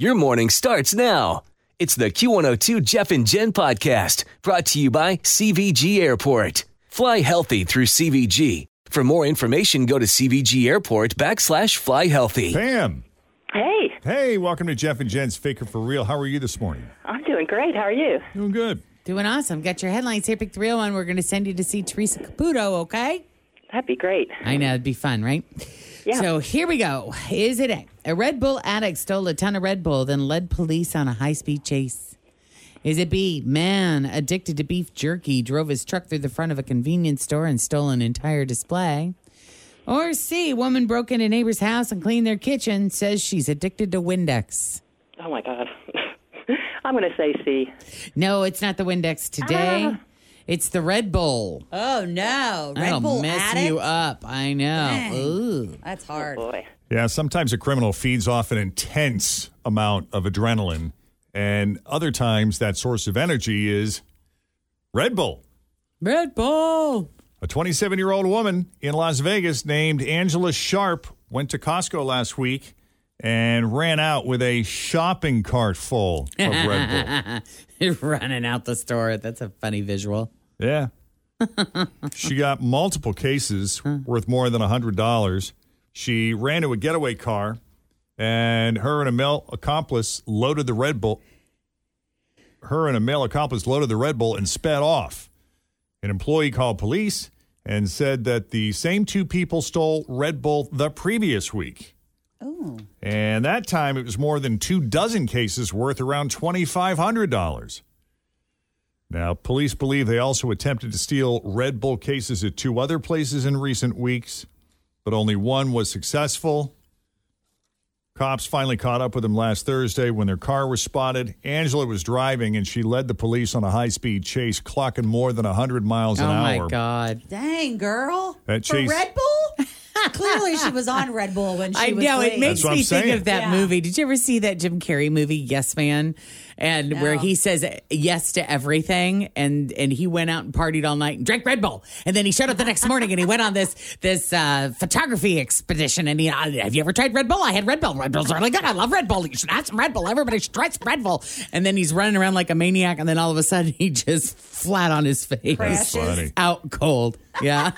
Your morning starts now. It's the Q102 Jeff and Jen podcast brought to you by CVG Airport. Fly healthy through CVG. For more information, go to CVG Airport backslash fly healthy. Pam. Hey, Hey, welcome to Jeff and Jen's Faker for Real. How are you this morning? I'm doing great. How are you? Doing good. Doing awesome. Got your headlines here. Pick 301. We're going to send you to see Teresa Caputo, okay? That'd be great. I know. It'd be fun, right? Yeah. So here we go. Is it A? A Red Bull addict stole a ton of Red Bull, then led police on a high speed chase. Is it B? Man addicted to beef jerky drove his truck through the front of a convenience store and stole an entire display. Or C? Woman broke into neighbor's house and cleaned their kitchen, says she's addicted to Windex. Oh my God. I'm going to say C. No, Oh, it's not the Windex today. It's the Red Bull. Ah. Oh no, Red That'll Bull mess addict. you up. I know. Dang. Ooh. That's hard. Boy. Yeah, sometimes a criminal feeds off an intense amount of adrenaline, and other times that source of energy is Red Bull. Red Bull. A 27 year old woman in Las Vegas named Angela Sharp went to Costco last week and ran out with a shopping cart full of Red Bull. Running out the store. That's a funny visual. Yeah. she got multiple cases worth more than $100. She ran to a getaway car, and her and a male accomplice loaded the Red Bull. Her and a male accomplice loaded the Red Bull and sped off. An employee called police and said that the same two people stole Red Bull the previous week. Oh, And that time it was more than two dozen cases worth around $2,500. Now, police believe they also attempted to steal Red Bull cases at two other places in recent weeks, but only one was successful. Cops finally caught up with them last Thursday when their car was spotted. Angela was driving and she led the police on a high speed chase, clocking more than 100 miles an oh hour. my God. dang girl. That For chase- Red Bull? Clearly, she was on Red Bull when she I was. know. It fleeing. makes That's what me I'm think saying. of that Yeah. movie. Did you ever see that Jim Carrey movie, Yes Man? And where No. he says yes to everything and, and he went out and partied all night and drank Red Bull. And then he showed up the next morning and he went on this this uh, photography expedition. And he, uh, have you ever tried Red Bull? I had Red Bull. Red Bull's really good. I love Red Bull. You should have some Red Bull. Everybody should try some Red Bull. And then he's running around like a maniac. And then all of a sudden he just flat on his face. That's funny. Out cold. Yeah.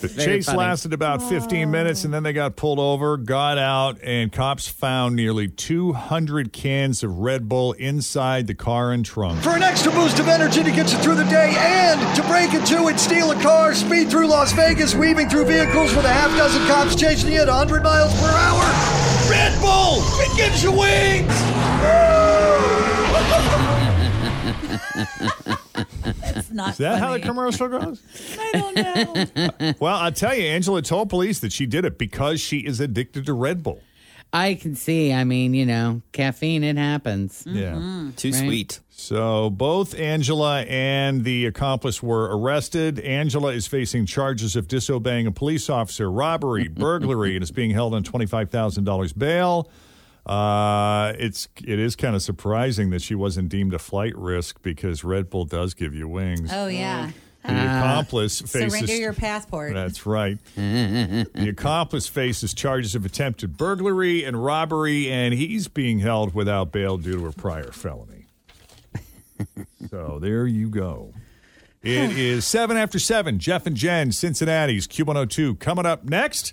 The chase funny. lasted about 15 minutes and then they got pulled over, got out, and cops found nearly 200 cans of Red Bull inside the car and trunk. for an extra boost of energy to get you through the day and to break into and steal a car, speed through Las Vegas, weaving through vehicles with a half dozen cops chasing you at 100 miles per hour. Red Bull, it gives you wings. It's not Is that how the funny. commercial goes? I don't know. well, I tell you, Angela told police that she did it because she is addicted to Red Bull. I can see. I mean, you know, caffeine, it happens. Mm-hmm. Yeah. Too sweet. So both Angela and the accomplice were arrested. Angela is facing charges of disobeying a police officer, robbery, burglary, and is being held on twenty five thousand dollars bail. Uh, it's it is kind of surprising that she wasn't deemed a flight risk because Red Bull does give you wings. Oh yeah. the accomplice Mm. faces Surrender your passport. that's right. the accomplice faces charges of attempted burglary and robbery, and he's being held without bail due to a prior felony. so there you go. It is seven after seven. Jeff and Jen, Cincinnati's Q102. Coming up next,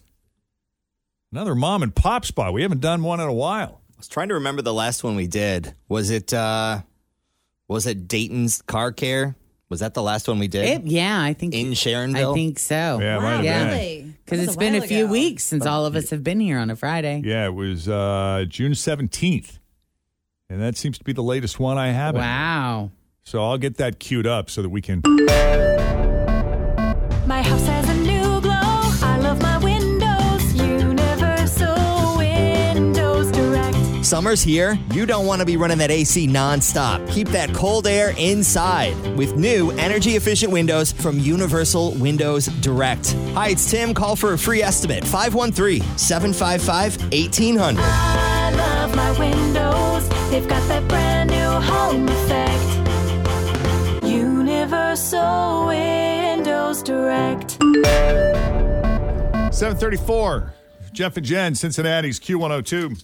another mom and pop spot. We haven't done one in a while. was trying to remember the last one we did. Was it uh was it Dayton's car care? Was that the last one we did? It- yeah, I think In Sharonville? I think so. Yeah, it might have been. really? Because That was it's been a while few ago. weeks since all of us have been here on a Friday. Yeah, it was uh, June 17th. And that seems to be the latest one I have. Wow. So I'll get that queued up so that we can. My house has a new glow. I love my windows. Universal Windows Direct. Summer's here. You don't want to be running that AC nonstop. Keep that cold air inside with new energy efficient windows from Universal Windows Direct. Hi, it's Tim. Call for a free estimate 513 755 1800. I love my windows. They've got that brand new home effect. Universal Windows Direct. 734. Jeff and Jen, Cincinnati's Q102.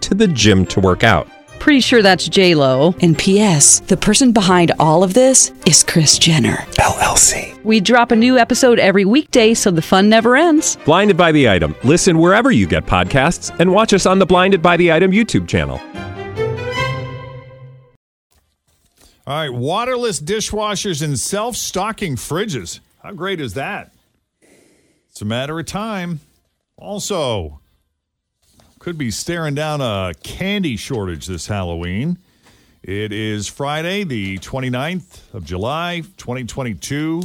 to the gym to work out. Pretty sure that's J Lo. Oh, And P.S. The person behind all of this is Chris Jenner. LLC. We drop a new episode every weekday, so the fun never ends. Blinded by the item. Listen wherever you get podcasts, and watch us on the Blinded by the Item YouTube channel. All right, waterless dishwashers and self stocking fridges. How great is that? It's a matter of time. Also, could be staring down a candy shortage this Halloween. It is Friday, the 29th of July, 2022.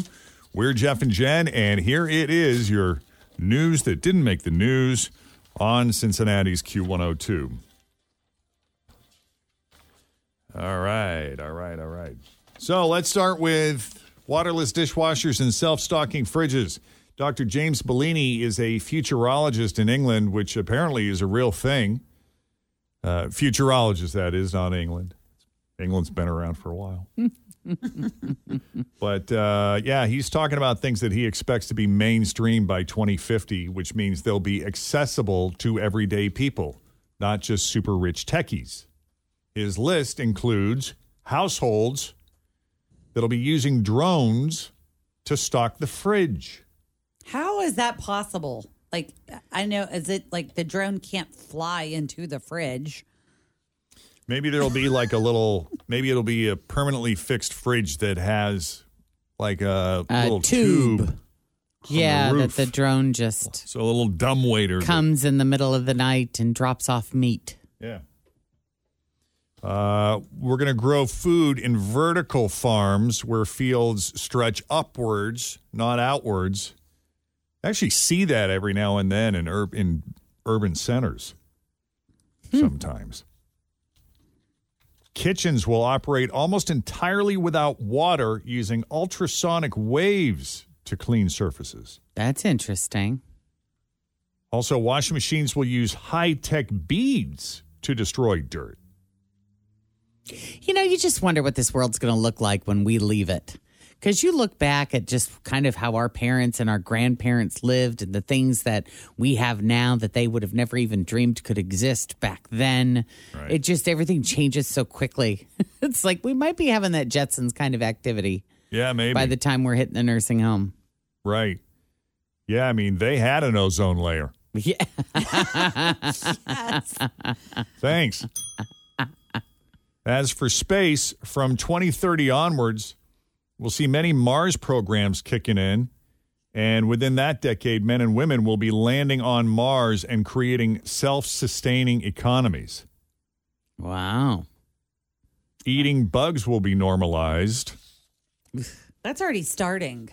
We're Jeff and Jen, and here it is your news that didn't make the news on Cincinnati's Q102. All right, all right, all right. So let's start with waterless dishwashers and self stocking fridges. Dr. James Bellini is a futurologist in England, which apparently is a real thing. Uh, futurologist, that is, not England. England's been around for a while. but uh, yeah, he's talking about things that he expects to be mainstream by 2050, which means they'll be accessible to everyday people, not just super rich techies. His list includes households that'll be using drones to stock the fridge. How is that possible? Like, I know, is it like the drone can't fly into the fridge? Maybe there'll be like a little, maybe it'll be a permanently fixed fridge that has like a, A little tube. tube. on Yeah, the that roof. the drone just so a little dumb waiter. comes in the middle of the night and drops off meat. Yeah. Uh, we're going to grow food in vertical farms where fields stretch upwards, not outwards. I actually see that every now and then in, ur- in urban centers sometimes. Kitchens will operate almost entirely without water using ultrasonic waves to clean surfaces. That's interesting. Also, washing machines will use high tech beads to destroy dirt. You know, you just wonder what this world's going to look like when we leave it. Because you look back at just kind of how our parents and our grandparents lived and the things that we have now that they would have never even dreamed could exist back then. Right. It just, everything changes so quickly. it's like we might be having that Jetsons kind of activity Yeah, maybe. by the time we're hitting the nursing home. right. Yeah, I mean, they had an ozone layer. Yeah. Thanks. As for space, from 2030 onwards, we'll see many Mars programs kicking in. And within that decade, men and women will be landing on Mars and creating self sustaining economies. Wow. Eating bugs will be normalized. That's already starting.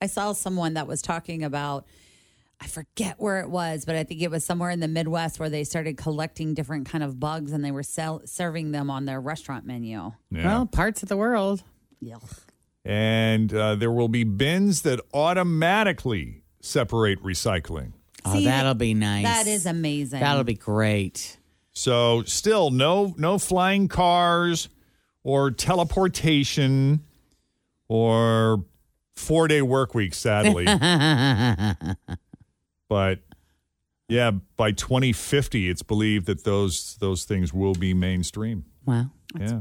I saw someone that was talking about, I forget where it was, but I think it was somewhere in the Midwest where they started collecting different kind of bugs and they were sell- serving them on their restaurant menu. Yeah. Well, parts of the world. Yeah. and uh, there will be bins that automatically separate recycling. oh, that'll be nice. That is amazing. That'll be great. So still no no flying cars or teleportation or four day work week, sadly. but yeah, by 2050, it's believed that those those things will be mainstream. Wow. yeah.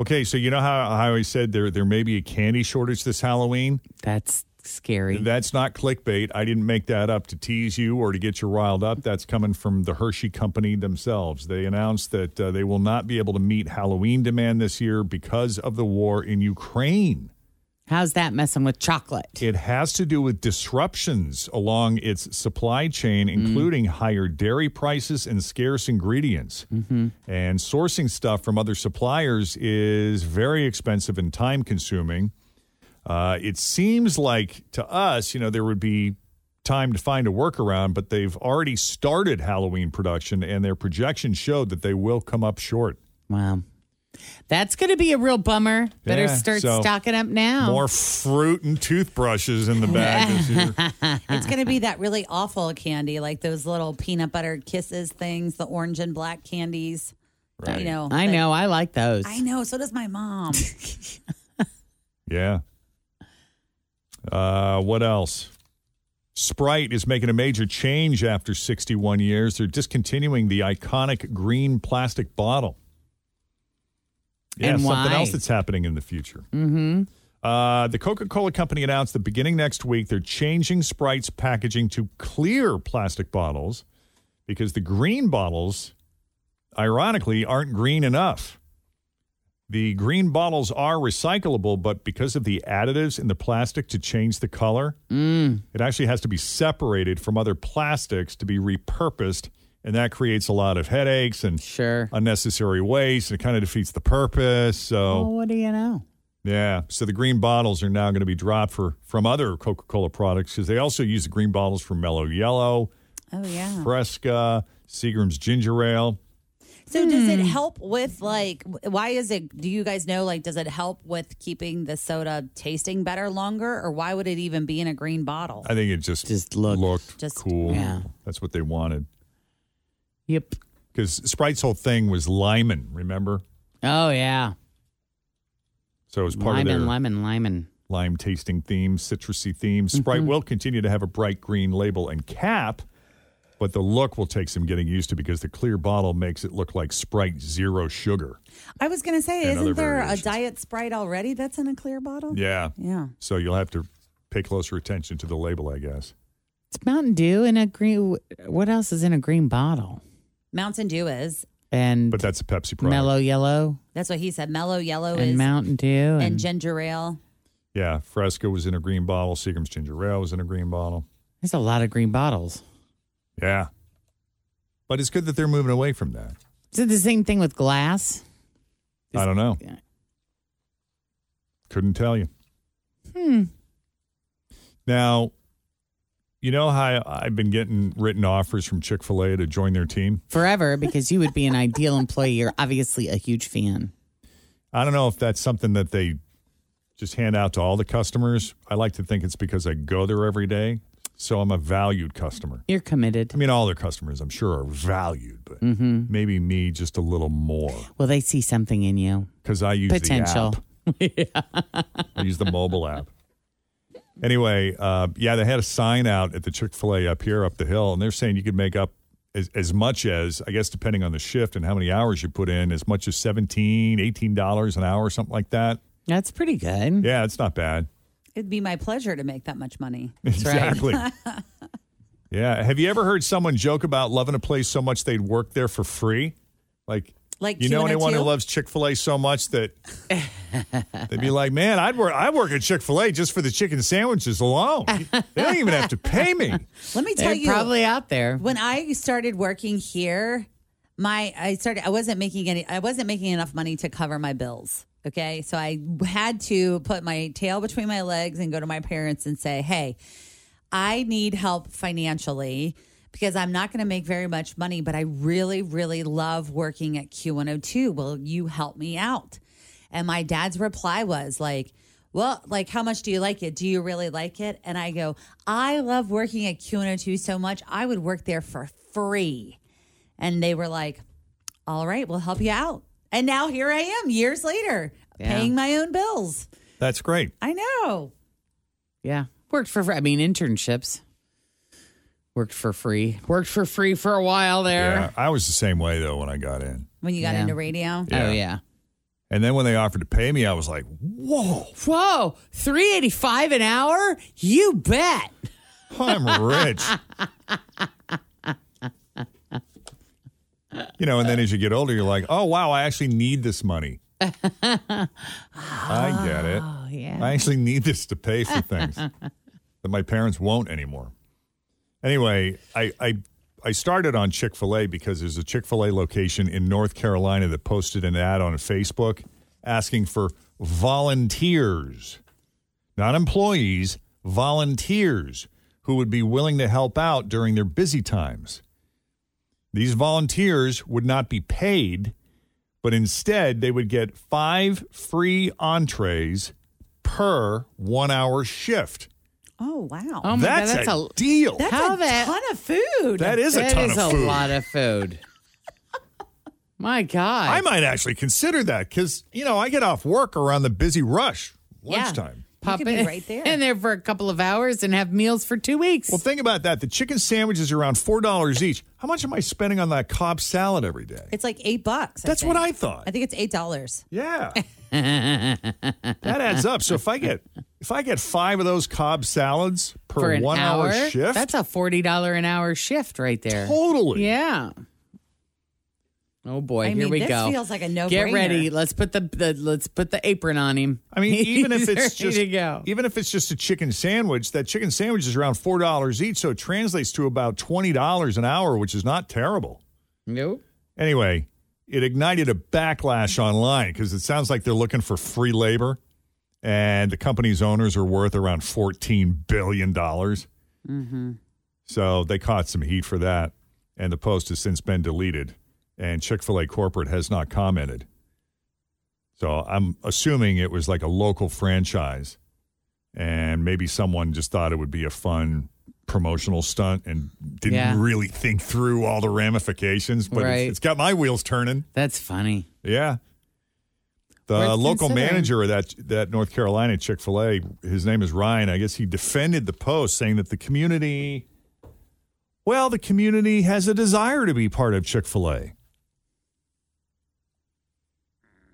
Okay, so you know how, how I said there there may be a candy shortage this Halloween? That's scary. That's not clickbait. I didn't make that up to tease you or to get you riled up. That's coming from the Hershey Company themselves. They announced that uh, they will not be able to meet Halloween demand this year because of the war in Ukraine. How's that messing with chocolate? It has to do with disruptions along its supply chain, including higher dairy prices and scarce ingredients. And sourcing stuff from other suppliers is very expensive and time consuming. Uh, it seems like to us, you know, there would be time to find a workaround, but they've already started Halloween production and their projections showed that they will come up short. Wow. That's going to be a real bummer. Better Yeah, start so stocking up now. More fruit and toothbrushes in the bag this year. It's going to be that really awful candy, like those little peanut butter kisses things, the orange and black candies. You know, I that- know. I like those. Oh, I know. So does my mom. Yeah. Uh, what else? Sprite is making a major change after 61 years. They're discontinuing the iconic green plastic bottle. Yeah, And something why? else that's happening in the future. Mm-hmm. Uh, the Coca Cola Company announced that beginning next week, they're changing Sprite's packaging to clear plastic bottles because the green bottles, ironically, aren't green enough. The green bottles are recyclable, but because of the additives in the plastic to change the color, Mm. it actually has to be separated from other plastics to be repurposed. And that creates a lot of headaches and sure. unnecessary waste. And it kind of defeats the purpose. So. Oh. Well, what do you know? Yeah. So the green bottles are now going to be dropped for from other Coca Cola products because they also use the green bottles for Mellow Yellow, Oh, yeah. Fresca, Seagram's Ginger Ale. So does Hmm. it help with like w- why is it do you guys know like does it help with keeping the soda tasting better longer or why would it even be in a green bottle? I think it just just looked, Just- cool. yeah. That's what they wanted. Yep. Because Sprite's whole thing was Lyman, remember? Oh, yeah. So it was part of Lyman, their Lyman, Lyman. lime tasting theme, citrusy theme. Sprite will continue to have a bright green label and cap, but the look will take some getting used to because the clear bottle makes it look like Sprite Zero Sugar. I was going to say And other isn't there a variations. diet Sprite already that's in a clear bottle? Yeah. Yeah. So you'll have to pay closer attention to the label, I guess. It's Mountain Dew in a green. What else is in a green bottle? Mountain Dew is. And but that's a Pepsi product. Mellow Yellow That's what he said. Mellow yellow and is Mountain Dew and, and, ginger ale. Yeah, Fresco was in a green bottle. Seagram's ginger ale was in a green bottle. there's a lot of green bottles. Yeah, but it's good that they're moving away from that. Is it the same thing with glass? I don't know. Couldn't tell you. Hmm. Now, you know how I've been getting written offers from Chick Fil A to join their team. Forever, because you would be an ideal employee. You're obviously a huge fan. I don't know if that's something that they just hand out to all the customers. I like to think it's because I go there every day, so I'm a valued customer. You're committed. I mean, all their customers, I'm sure, are valued, but Mm-hmm. maybe me just a little more Well, they see something in you. because I use Potential. the app. I use the mobile app. Anyway, uh, yeah, they had a sign out at the Chick Fil A up here, up the hill, and they're saying you could make up as, as much as, I guess, depending on the shift and how many hours you put in, as much as 17 $18 an hour, something like that. That's pretty good. Yeah, it's not bad. It'd be my pleasure to make that much money. exactly. yeah. Have you ever heard someone joke about loving a place so much they'd work there for free? Like, Like you know Q&A anyone who too? loves Chick Fil A so much that they'd be like, "Man, I'd work. I work at Chick Fil A just for the chicken sandwiches alone. They don't even have to pay me." Let me tell They're you. probably out there. When I started working here, my I started I wasn't making any I wasn't making enough money to cover my bills. Okay. So I had to put my tail between my legs and go to my parents and say, Hey, I need help financially because I'm not going to make very much money, but I really, really love working at Q102. Will you help me out? And my dad's reply was like, well, like, how much do you like it? Do you really like it? And I oh go, I love working at Q102 so much, I would work there for free. And they were like, all right, we'll help you out. And now here I am years later paying my own bills. That's great. I know. Yeah. Worked for, I mean, internships. Worked for free. Worked for free for a while there. Yeah, I was the same way though when I got in. When you got Yeah. into radio. Oh, yeah. And then when they offered to pay me, I was like, Whoa. Whoa. 385 an hour? You bet. I'm rich. you know, and then as you get older, you're like, oh, wow, I actually need this money. I get it. yeah. I actually need this to pay for things that my parents won't anymore. Anyway, I, I, I started on Chick fil A because there's a Chick fil A location in North Carolina that posted an ad on Facebook asking for volunteers not employees, volunteers who would be willing to help out during their busy times. These volunteers would not be paid, but instead they would get five free entrees per one hour shift. Oh, wow. Oh my That's God, that's a a, deal. That's How a that- ton of food. That is a ton of food. a lot of food. my God. I might actually consider that because, you know, I get off work around the busy rush Yeah. lunchtime. Pop could be in- right there. in there for a couple of hours and have meals for two weeks. Well, think about that. The chicken sandwich is around $4 each. How much am I spending on that Cobb salad every day? It's like eight bucks. That's think. what I thought. I think it's eight dollars. Yeah. that adds up. So if I get if I get five of those Cobb salads per for an one hour, hour, shift, That's a forty dollar an hour shift right there. Totally. Yeah. Oh boy, I here mean, we this go. feels like a no-brainer. Get ready. Let's put the, the let's put the apron on him. I mean, even if He's it's ready just e- to go. even if it's just a chicken sandwich, that chicken sandwich is around four dollars each, so it translates to about twenty dollars an hour, which is not terrible. Nope. Anyway, it ignited a backlash online because it sounds like they're looking for free labor, and the company's owners are worth around fourteen billion dollars. Mm-hmm. So they caught some heat for that, and the post has since been deleted. And Chick fil A corporate has not commented. So I'm assuming it was like a local franchise, and maybe someone just thought it would be a fun promotional stunt and didn't Yeah. really think through all the ramifications. But it's- Right. it's got my wheels turning. That's funny. Yeah. The Worth local considering. manager of that that North Carolina Chick Fil A, his name is Ryan. I guess he defended the post, saying that the community, well, the community has a desire to be part of Chick Fil A.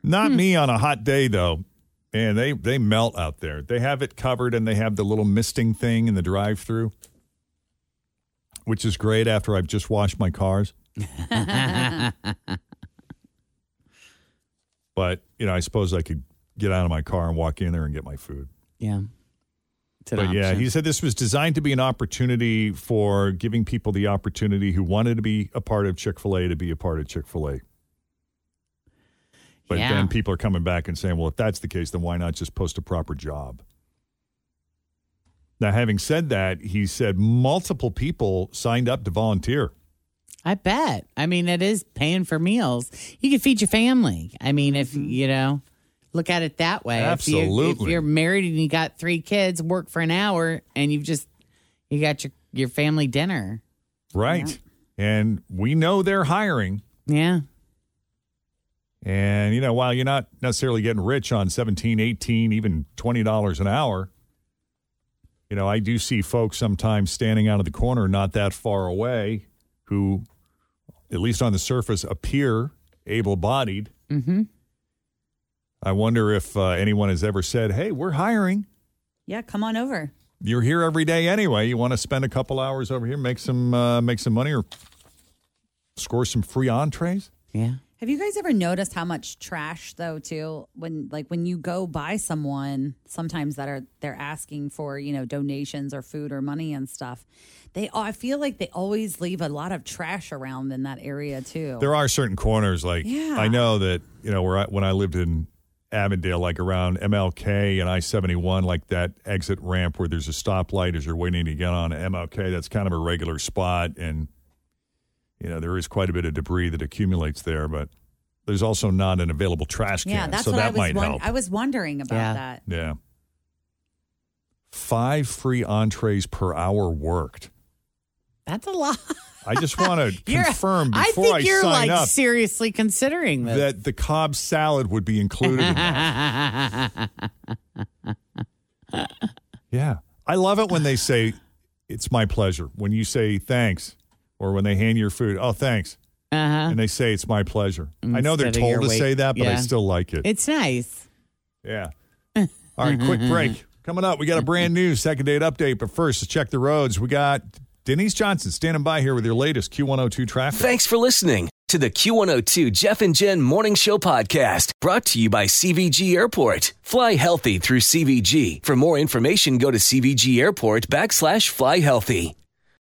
Not me on a hot day though. Man, they they melt out there. They have it covered, and they have the little misting thing in the drive-through, which is great. After I've just washed my cars. But you know, I suppose I could get out of my car and walk in there and get my food. Yeah. It's an but yeah, option. he said this was designed to be an opportunity for giving people the opportunity who wanted to be a part of Chick Fil A to be a part of Chick Fil A. But Yeah. then people are coming back and saying, "Well, if that's the case, then why not just post a proper job?" Now, having said that, he said multiple people signed up to volunteer. I bet. I mean, that is paying for meals. You can feed your family. I mean, if you know, look at it that way. If you- If you're, Absolutely. married and you got three kids, work for an hour, and you've just you got your your family dinner. Right. And we know they're hiring. Yeah. And, you know, while you're not necessarily getting rich on 17, 18, even $20 an hour, you know, I do see folks sometimes standing out of the corner not that far away who, at least on the surface, appear able bodied. Mm-hmm. I wonder if uh, anyone has ever said, hey, we're hiring. Yeah, come on over. You're here every day anyway. You want to spend a couple hours over here, make some uh, make some money, or score some free entrees? Yeah. Have you guys ever noticed how much trash though too when like when you go by someone sometimes that are they're asking for, you know, donations or food or money and stuff. They I feel like they always leave a lot of trash around in that area too. There are certain corners, like Yeah. I know that you know where I, when I lived in Avondale, like around MLK and I seventy one, like that exit ramp where there's a stoplight as you're waiting to get on MLK. That's kind of a regular spot, and you know there is quite a bit of debris that accumulates there, but there's also not an available trash can, yeah, that's so what that I was might won- help. I was wondering about Yeah. that. yeah, five free entrees per hour worked. That's a lot. I just want to You're- confirm I before think I, you're sign like up seriously considering this. that the Cobb salad would be included. in that. yeah, I love it when they say it's my pleasure. When you say thanks, or when they hand your food, oh thanks, and they say it's my pleasure. I know they're Uh-huh. Instead of your told to wait- say that, but I Yeah. still like it. It's nice. Yeah. All right, quick break. Coming up, we got a brand new second date update. But first, let's check the roads. We got Denise Johnson standing by here with your latest Q102 traffic. Thanks for listening to the Q102 Jeff and Jen Morning Show podcast brought to you by CVG Airport. Fly healthy through CVG. For more information, go to CVG Airport backslash fly healthy.